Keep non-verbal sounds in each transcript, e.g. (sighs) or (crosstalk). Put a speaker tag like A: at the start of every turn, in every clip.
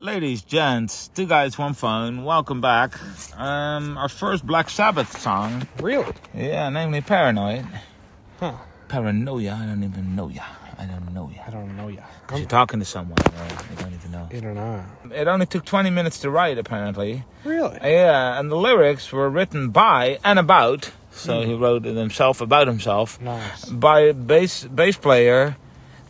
A: Ladies, gents, two guys, one phone. Welcome back. Um, our first Black Sabbath song.
B: Really?
A: Yeah, namely Paranoid.
B: Huh.
A: Paranoia. I don't even know ya. I don't know ya.
B: I don't know ya.
A: 'Cause You're talking to someone. Right? I don't even know.
B: I don't know.
A: It only took 20 minutes to write, apparently.
B: Really?
A: Yeah, and the lyrics were written by and about. So
B: Hmm.
A: he wrote it himself about himself.
B: nice.
A: By bass bass player,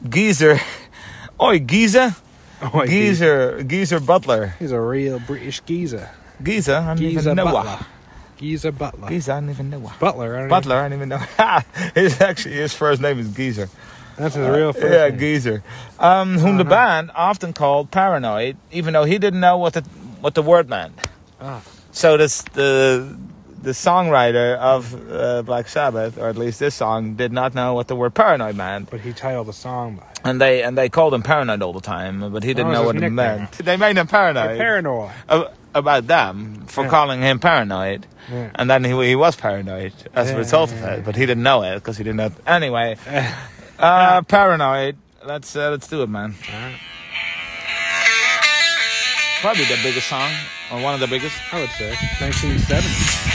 A: Geezer. (laughs) Oi, Geezer.
B: Oh,
A: Geezer. Geezer Butler.
B: He's a real British geezer.
A: Geezer. I don't
B: Geezer
A: even know.
B: Butler.
A: her.
B: Geezer Butler.
A: Geezer, I don't even know. her.
B: Butler. I don't
A: Butler, I don't even know. (laughs) his actually his first name is Geezer.
B: Even, that's his real first
A: yeah,
B: name.
A: Geezer. Um, whom the
B: no.
A: band often called paranoid, even though he didn't know what the what the word meant.
B: Ah.
A: So this the the songwriter of uh, Black Sabbath, or at least this song, did not know what the word paranoid meant,
B: But he titled the song by. it.
A: and they and they called him paranoid all the time, but he didn't
B: was
A: know
B: his
A: what it
B: nickname.
A: meant. They made him paranoid
B: Paranoid.
A: a- about them for
B: Yeah.
A: calling him paranoid.
B: Yeah.
A: And then he, he was paranoid as a
B: Yeah,
A: result of
B: yeah,
A: it,
B: yeah.
A: but he didn't know it because he didn't. Know
B: (laughs)
A: Anyway, uh, paranoid. Let's uh, let's do it, man.
B: Alright.
A: Probably the biggest song or one of the biggest.
B: I would say 1970.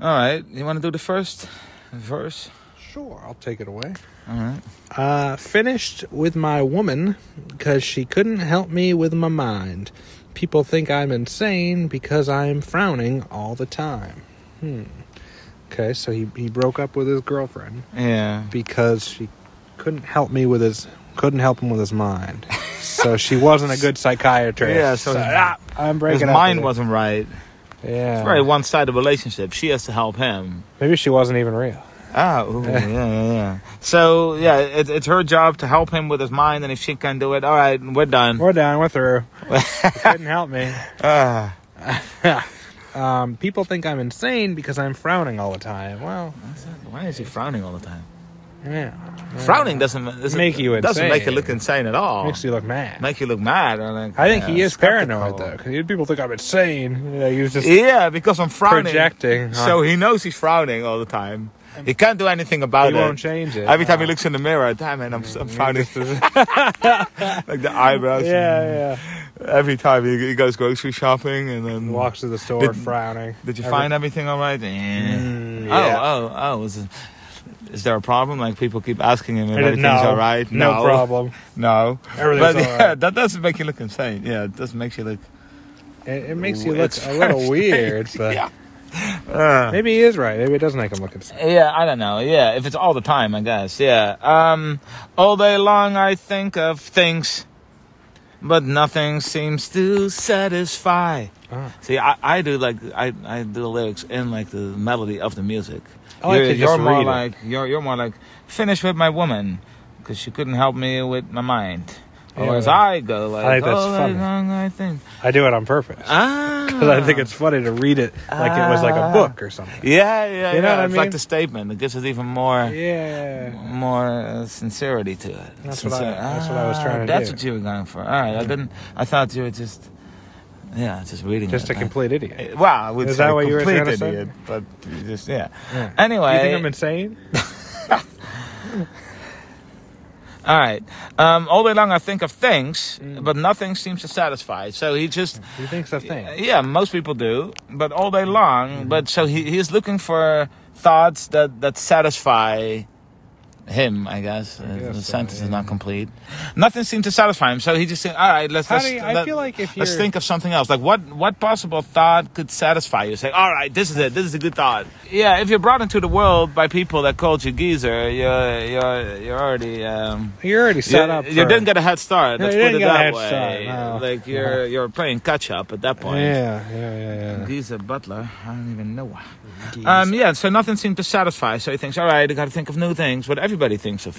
A: All right, you want to do the first verse?
B: Sure, I'll take it away.
A: All right.
B: Uh, finished with my woman because she couldn't help me with my mind. People think I'm insane because I'm frowning all the time. Hmm. Okay, so he, he broke up with his girlfriend
A: Yeah.
B: because she couldn't help me with his couldn't help him with
A: (laughs)
B: his mind. so she wasn't a good psychiatrist.
A: Yeah, so his-
B: ah, I'm breaking
A: His
B: up
A: mind
B: with
A: wasn't right.
B: it. yeah.
A: Very one-sided relationship. She has to help him.
B: Maybe she wasn't even real.
A: Oh, ooh, yeah, yeah, yeah. So, yeah, it, it's her job to help him with his mind, and if she can do it, all right, we're done.
B: We're down
A: (laughs)
B: with her. couldn't help me.
A: Ah,
B: Um, people think I'm insane because I'm frowning all the time. Well,
A: why is he frowning all the time?
B: yeah.
A: Frowning doesn't, doesn't
B: Make you
A: doesn't make you
B: insane.
A: look insane at all.
B: Makes you look mad.
A: Oh. Make you look mad. Or like,
B: I think
A: uh,
B: he is
A: skeptical.
B: paranoid though, because people think I'm insane. Yeah, he was just
A: Yeah, because I'm frowning.
B: projecting. huh?
A: So he knows he's frowning all the time. He can't do anything about
B: he
A: it.
B: won't change it.
A: Every time he
B: Uh,
A: looks in the mirror, damn it, I'm, I'm
B: (laughs)
A: frowning.
B: yeah,
A: like the eyebrows.
B: yeah.
A: Every time he, he goes grocery shopping and then
B: Walks to the store
A: Did-
B: frowning.
A: Did you
B: Every-
A: find everything all right? Yeah.
B: (laughs) Mm, yeah.
A: Oh, oh, oh. Is, is there a problem? Like people keep asking him if
B: I didn't-
A: everything's all right.
B: No, problem.
A: No.
B: Everything's
A: but
B: all
A: yeah,
B: right.
A: that doesn't make you look insane. Yeah, it doesn't make you look.
B: It, it makes you
A: Ooh,
B: look
A: it's
B: a
A: (laughs)
B: little weird, but
A: Yeah. Uh,
B: (laughs) maybe he is right. Maybe it does make him look insane.
A: yeah, I don't know. Yeah, if it's all the time, I guess. Yeah. Um, all day long I think of things, but nothing seems to satisfy.
B: Ah.
A: See, I, I do like I, I do the lyrics in like the melody of the music.
B: I like
A: you're,
B: to just
A: you're more
B: read it.
A: like you're you're more like finish with my woman because she couldn't help me with my mind. Or
B: Yeah.
A: as I go like,
B: I think that's
A: "All day
B: funny.
A: long I
B: (laughs)
A: think
B: I do it on purpose because
A: ah
B: I think it's funny to read it like it was like
A: Ah.
B: a book or something.
A: yeah yeah
B: You know
A: yeah.
B: what I
A: it's like
B: mean?
A: the statement it gives it even more
B: Yeah.
A: more uh, sincerity to it. Ah,
B: That's what I- that's what I was trying to
A: That's
B: do.
A: what you were going for. All right, I didn't. I thought you were just yeah just reading
B: Just
A: it.
B: a complete idiot.
A: Uh, Well, I would
B: Is
A: say
B: that what you were
A: complete
B: trying to say?
A: idiot, but you just yeah.
B: Yeah.
A: Anyway,
B: Do you think I'm insane?
A: all right. Um, all day long, I think of things,
B: Mm.
A: but nothing seems to satisfy. So he just
B: He thinks of things.
A: Uh, yeah, most people do, but all day Mm-hmm. long. But so he he's looking for thoughts that that satisfy him, I guess. Uh,
B: guess
A: the
B: so,
A: sentence
B: yeah.
A: is not complete. Nothing seemed to satisfy him, so he just said, "All right, let's."
B: How
A: let's
B: do you- I
A: let-
B: feel like if
A: let's
B: you're-
A: think of something else. Like what what possible thought could satisfy you? Say, "All right, this is it. This is a good thought." Yeah, if you're brought into the world by people that called you geezer, you're you're you're already. Um,
B: You're already set
A: you,
B: up.
A: you
B: for-
A: didn't get a head start.
B: Yeah,
A: Let's
B: you
A: put
B: didn't
A: it
B: get a
A: that
B: head
A: way.
B: start, no.
A: Like you're you're playing catch up at that point.
B: Yeah, yeah, yeah, yeah.
A: Geezer Butler, I don't even know why.
B: Geez.
A: Uh, Um, yeah, so nothing seemed to satisfy. So he thinks, all right, I got to think of new things. But everybody thinks of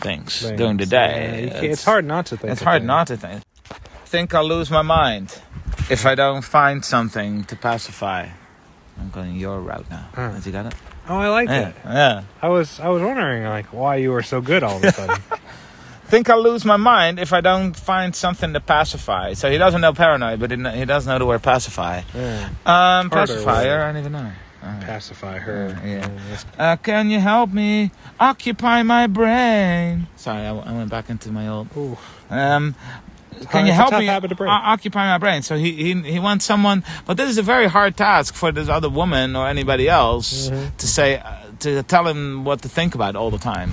A: things,
B: Things.
A: during the
B: Yeah,
A: day.
B: you can't- it's hard not to think.
A: It's
B: of
A: hard
B: things.
A: not to think. Think I'll lose my mind if I don't find something to pacify. I'm going your route now.
B: Huh.
A: Did you got it?
B: Oh, I like
A: Yeah,
B: that.
A: yeah.
B: I was, I was wondering like why you were so good all of a
A: (laughs)
B: sudden.
A: Think I'll lose my mind if I don't find something to pacify. So he doesn't know paranoid, but he kn- he does know the word pacify.
B: yeah.
A: Um,
B: Harder word.
A: pacifier, I don't even know. All right.
B: Pacify her.
A: Yeah.
B: that's-
A: Uh, can you help me occupy my brain? Sorry, I, w- I went back into my old.
B: Ooh.
A: Um, can
B: hard-
A: you
B: it's a
A: help
B: tough
A: me Uh,
B: habit to break.
A: o- occupy my brain? So he, he he wants someone, but this is a very hard task for this other woman or anybody else
B: Mhm.
A: to say uh, to tell him what to think about all the time.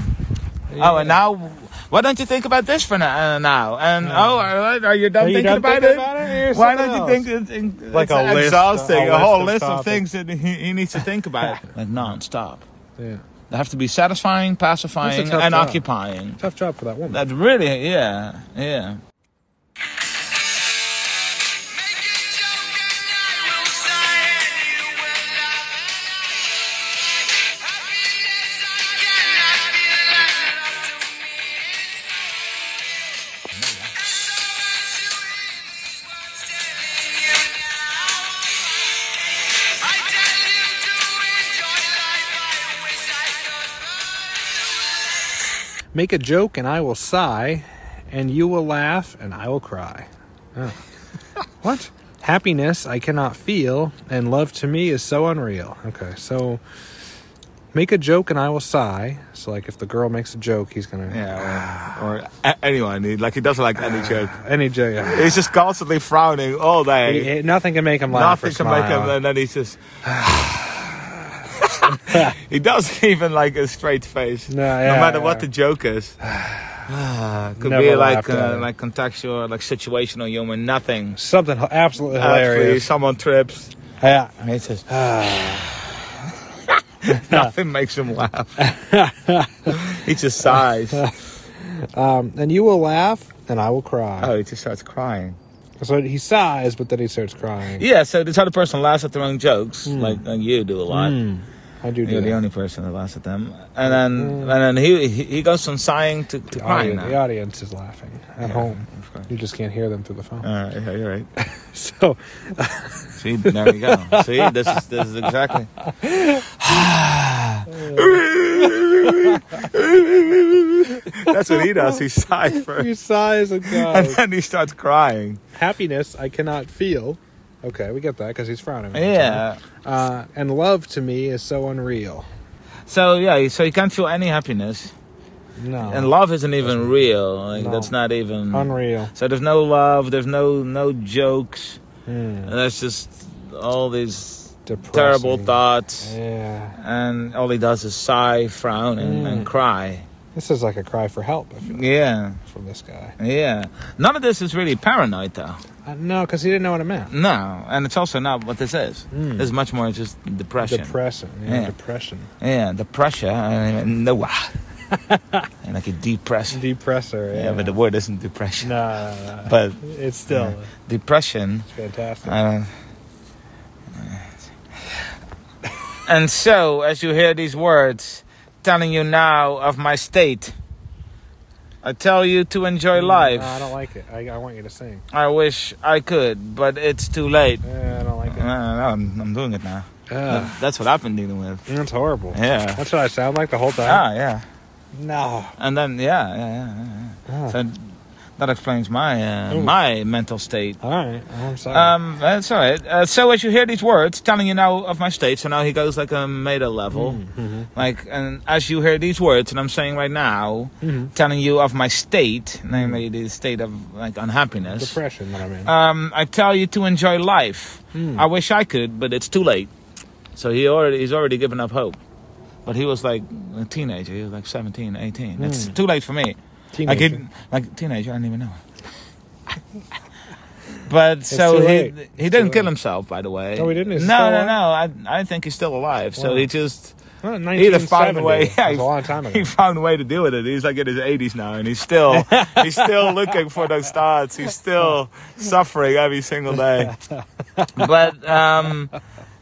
A: Oh,
B: Yeah.
A: and now why don't you think about this for now? Uh, now? And
B: Yeah.
A: oh, are, are you done
B: Are you
A: thinking
B: done
A: about
B: thinking
A: it?
B: about it? Here's
A: Why
B: something
A: don't you
B: else.
A: think it's, in-
B: Like
A: it's
B: a list,
A: exhausting?
B: a
A: a whole
B: list
A: list
B: of
A: of things that he, he needs to think about, (laughs) like non-stop.
B: Yeah.
A: They have to be satisfying, pacifying,
B: That's a tough
A: and
B: job.
A: occupying.
B: Tough job for that woman.
A: That really, yeah, yeah.
B: Make a joke and I will sigh, and you will laugh and I will cry. Oh. what? Happiness I cannot feel, and love to me is so unreal. Okay, so make a joke and I will sigh. So, like, if the girl makes a joke, he's gonna.
A: Yeah, or, or a- anyone. He, like he doesn't like any joke.
B: Any joke. yeah.
A: He's just constantly frowning all
B: He-
A: day.
B: he- nothing can make him laugh.
A: Nothing
B: or
A: to make him,
B: smile.
A: and then he's just. (sighs) he doesn't even like a straight face,
B: No, yeah,
A: matter
B: yeah.
A: what the joke is. (sighs) Ah, Could
B: Never
A: be like
B: laughed at
A: uh,
B: it.
A: like contextual, like situational humor. Nothing.
B: Something h- absolutely
A: Actually,
B: hilarious.
A: someone
B: (sighs)
A: trips.
B: Yeah.
A: And it's
B: (sighs)
A: just (sighs) nothing makes him
B: (laughs)
A: laugh. he just sighs.
B: Um, and you will laugh, and I will cry.
A: Oh, he just starts crying.
B: So he sighs, but then he starts crying.
A: Yeah, so this other person laughs at their own jokes,
B: Hmm.
A: like, like you do a lot.
B: Mm. I do do
A: You're
B: that.
A: the only person that laughs at them, and then and then he he- he goes from sighing to, to
B: The
A: crying
B: audience, the
A: now.
B: audience is laughing at home.
A: Of course.
B: You just can't hear them through the phone.
A: All right, yeah, you're right.
B: (laughs) So
A: See, there you go. See, this is this is
B: (laughs)
A: exactly. That's what he does. He sighs
B: he
A: first, (laughs)
B: sighs and (laughs)
A: and
B: goes,
A: then he starts crying.
B: "Happiness I cannot feel." Okay, we get that because he's frowning.
A: Yeah.
B: Uh, and love to me is so unreal.
A: So yeah, so you can't feel any happiness,
B: No,
A: and love isn't even real. Like,
B: No.
A: That's not even.
B: unreal.
A: So there's no love. There's no no jokes.
B: Hmm.
A: That's just all these
B: Depressing.
A: terrible thoughts.
B: Yeah,
A: And all he does is sigh, frown, and,
B: Mm.
A: and cry.
B: this is like a cry for help I feel,
A: Yeah,
B: from this guy.
A: yeah. None of this is really paranoid, though.
B: Uh, no, because he didn't know what it meant.
A: No, and it's also not what this is.
B: Mm.
A: This is much more just depression.
B: Depressing. Yeah,
A: Yeah.
B: depression.
A: yeah, the pressure. I don't even know
B: (laughs)
A: why. and like a depression.
B: Depressor. Yeah,
A: Yeah, but the word isn't depression.
B: no, no, no, no.
A: But
B: it's still
A: depression.
B: it's fantastic.
A: Uh, and so, as you hear these words, telling you now of my state, I tell you to enjoy life.
B: No, Mm, I don't like it. I, I want you to sing.
A: I wish I could, but it's too late.
B: Uh, I don't like
A: No,
B: it.
A: no, no, I'm, I'm doing it now.
B: Uh,
A: That- That's what I've been dealing with.
B: that's horrible.
A: Yeah.
B: That's what I sound like the whole time.
A: Ah, yeah.
B: No.
A: And then, yeah, yeah, yeah. yeah, yeah.
B: Ah.
A: So that explains my uh,
B: Ooh.
A: my mental state.
B: all right. I'm sorry.
A: Um, that's all right. Uh, so as you hear these words, telling you now of my state, so now he goes like a meta level,
B: Mhm.
A: like, and as you hear these words, and I'm saying right now, telling you of my state, namely the state of like unhappiness.
B: Depression that I'm in.
A: Um, I tell you to enjoy life.
B: Hmm.
A: I wish I could, but it's too late. So he already he's already given up hope. But he was like a teenager. He was like 17, 18. It's too late for me.
B: Teenager.
A: Like, he, like teenager, I didn't
B: (laughs)
A: even know. but
B: too
A: so he
B: late.
A: he
B: It's
A: didn't
B: too
A: kill
B: late.
A: himself, by the way.
B: No, he didn't. He's
A: no,
B: still
A: no,
B: alive.
A: no. I I think he's still alive. So
B: Wow.
A: he just
B: Well,
A: he just found
B: 1970.
A: a way.
B: That
A: Yeah, (laughs)
B: was
A: he,
B: a long time ago.
A: he found a way to deal with it. He's like in his 80s now, and he's still he's
B: (laughs)
A: still looking for those thoughts. He's still suffering every single
B: (laughs)
A: day. But um,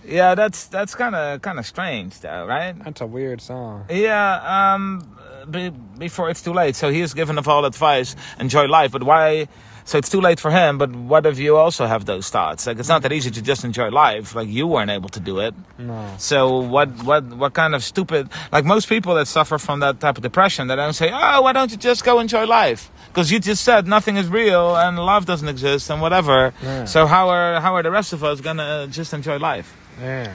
A: yeah, that's that's kind of kind of strange, though, right?
B: That's a weird song.
A: Yeah, um, be, before it's too late. So he is giving us all advice, enjoy life. But why? So it's too late for him. But what if you also have those thoughts? Like it's not that easy to just enjoy life. Like you weren't able to do it.
B: No.
A: So what? What? What kind of stupid? Like most people that suffer from that type of depression, they don't say, "Oh, why don't you just go enjoy life?" Because you just said nothing is real and love doesn't exist and whatever.
B: Yeah.
A: So how are how are the rest of us gonna just enjoy life?
B: Yeah.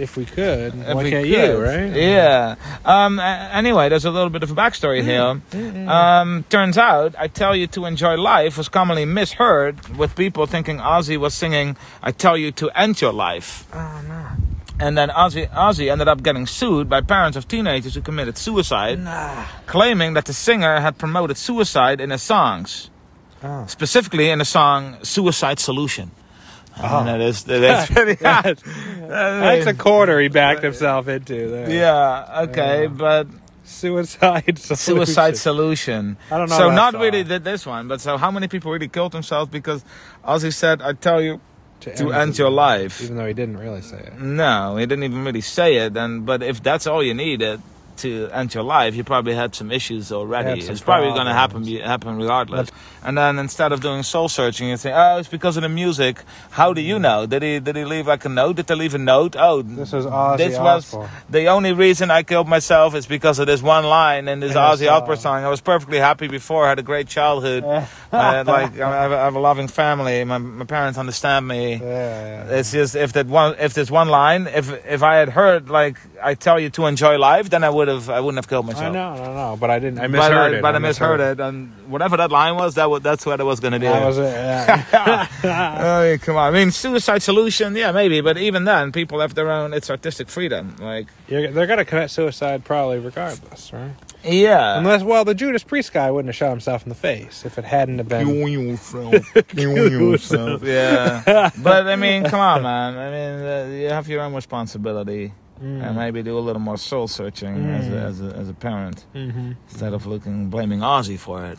B: If we could,
A: If
B: why
A: we
B: can't
A: could.
B: you, right?
A: Yeah. (laughs) Um, a- anyway, there's a little bit of a
B: Mm.
A: backstory here. Um, turns out, I Tell You to Enjoy Life was commonly misheard, with people thinking Ozzy was singing I Tell You to End Your Life.
B: Oh, no.
A: And then Ozzy, Ozzy ended up getting sued by parents of teenagers who committed suicide,
B: Nah.
A: claiming that the singer had promoted suicide in his songs,
B: Oh.
A: specifically in the song Suicide Solution.
B: Oh.
A: I mean, that is, that is (laughs)
B: (laughs)
A: pretty
B: That's, that's
A: That's
B: a corner he backed himself into there.
A: yeah, okay,
B: Yeah.
A: but
B: Suicide (laughs) solution.
A: Suicide solution.
B: I don't know
A: So
B: that
A: not
B: song.
A: really did this one, but so how many people really killed themselves because Ozzy said, "I tell you to end
B: his-
A: your life."
B: Even though he didn't really say it.
A: No, he didn't even really say it. And but if that's all you needed to end your life, you probably had some issues already.
B: Had some
A: it's probably going to happen
B: problems.
A: be- happen regardless. And then instead of doing soul searching, you say, "Oh, it's because of the music." How do you know? Did he did he leave like a note? Did they leave a note? Oh,
B: Mm. This was Ozzy
A: this was
B: Osbourne.
A: the only reason I killed myself is because of this one line in this
B: In this
A: Ozzy Osbourne
B: song.
A: song. I was perfectly happy before. I had a great childhood. I had, like I have, a- I have a loving family. My, my parents understand me.
B: Yeah, yeah.
A: It's just if that one, if there's one line, if if I had heard like I tell you to enjoy life, then I would have, I wouldn't have killed myself.
B: I know, no, no, but I didn't. I
A: But
B: misheard
A: I,
B: it.
A: but I misheard it. and whatever that line was, that was, that's what I was gonna do.
B: That was it.
A: (laughs)
B: Yeah.
A: I mean, come on. I mean, suicide solution, yeah, maybe, but even then, people have their own. It's artistic freedom, like
B: You're, they're gonna commit suicide probably regardless, right?
A: yeah.
B: Unless, well, the Judas Priest guy wouldn't have shot himself in the face if it hadn't have been.
A: yourself. yourself. Yeah. But I mean, come on, man. I mean, uh, you have your own responsibility.
B: Mm.
A: And maybe do a little more soul searching as, a, as, a, as a parent
B: Mhm.
A: instead of looking blaming Ozzy for it.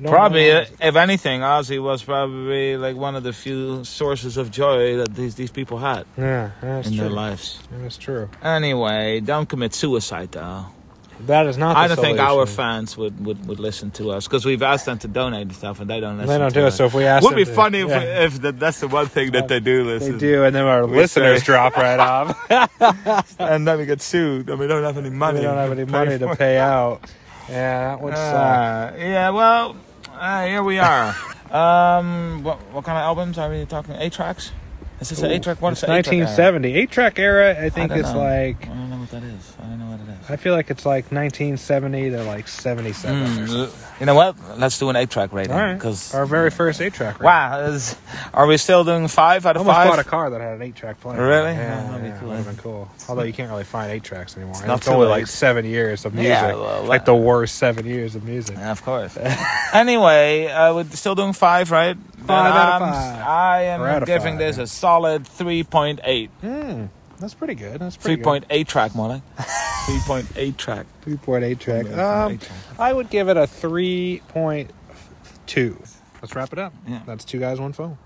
B: No,
A: probably,
B: no,
A: uh, if anything, Ozzy was probably like one of the few sources of joy that these, these people had
B: no. Yeah, that's
A: in
B: true.
A: their lives.
B: That's true.
A: Anyway, don't commit suicide though.
B: That is not. The
A: I don't think our
B: solution.
A: fans would, would, would listen to us because we've asked them to donate and stuff, and they don't listen.
B: They don't
A: to
B: do it.
A: us.
B: So if we ask,
A: Would
B: them
A: be
B: to-
A: funny if,
B: (laughs) yeah,
A: if that that's the one thing that they do
B: they
A: listen.
B: do, and then our listeners drop right off.
A: (laughs) and then we get sued, and we don't have any money.
B: we don't have any money to pay out. Yeah, that would suck.
A: Uh, yeah, well, uh, here we are.
B: (laughs)
A: um, what what kind of albums are we talking? Eight tracks? Is this an
B: Ooh,
A: eight track? What is
B: It's
A: the eight track?
B: 1970 eight track era. I think
A: don't
B: it's
A: know.
B: like
A: I don't know what that is. I don't know what it is.
B: I feel like it's like 1970 to like 77. or something.
A: Mm, you know what? Let's do an eight track rating
B: All right,
A: because
B: our very first eight track.
A: wow, is, are we still doing five out
B: I
A: of
B: almost
A: five?
B: bought a car that had an eight track player.
A: Really?
B: Yeah,
A: Yeah, that'd be
B: yeah,
A: cool.
B: would've been cool. Although you can't really find eight tracks anymore. It's,
A: not too
B: only
A: late.
B: like seven years of music.
A: Yeah, well,
B: like the worst seven years of music.
A: Yeah, of
B: (laughs)
A: course. anyway, uh, we're still doing five, right? Then
B: out of
A: I'm-
B: five.
A: I am
B: We're out of
A: giving
B: five,
A: this
B: yeah.
A: a solid 3.8.
B: Hmm, that's pretty good. That's pretty good.
A: 3.8 track, more
B: (laughs)
A: like. 3.8 track.
B: Three point eight track.
A: Yeah,
B: Um,
A: eight track.
B: I would give it a three point two. Let's wrap it up.
A: Yeah.
B: That's two guys, one phone.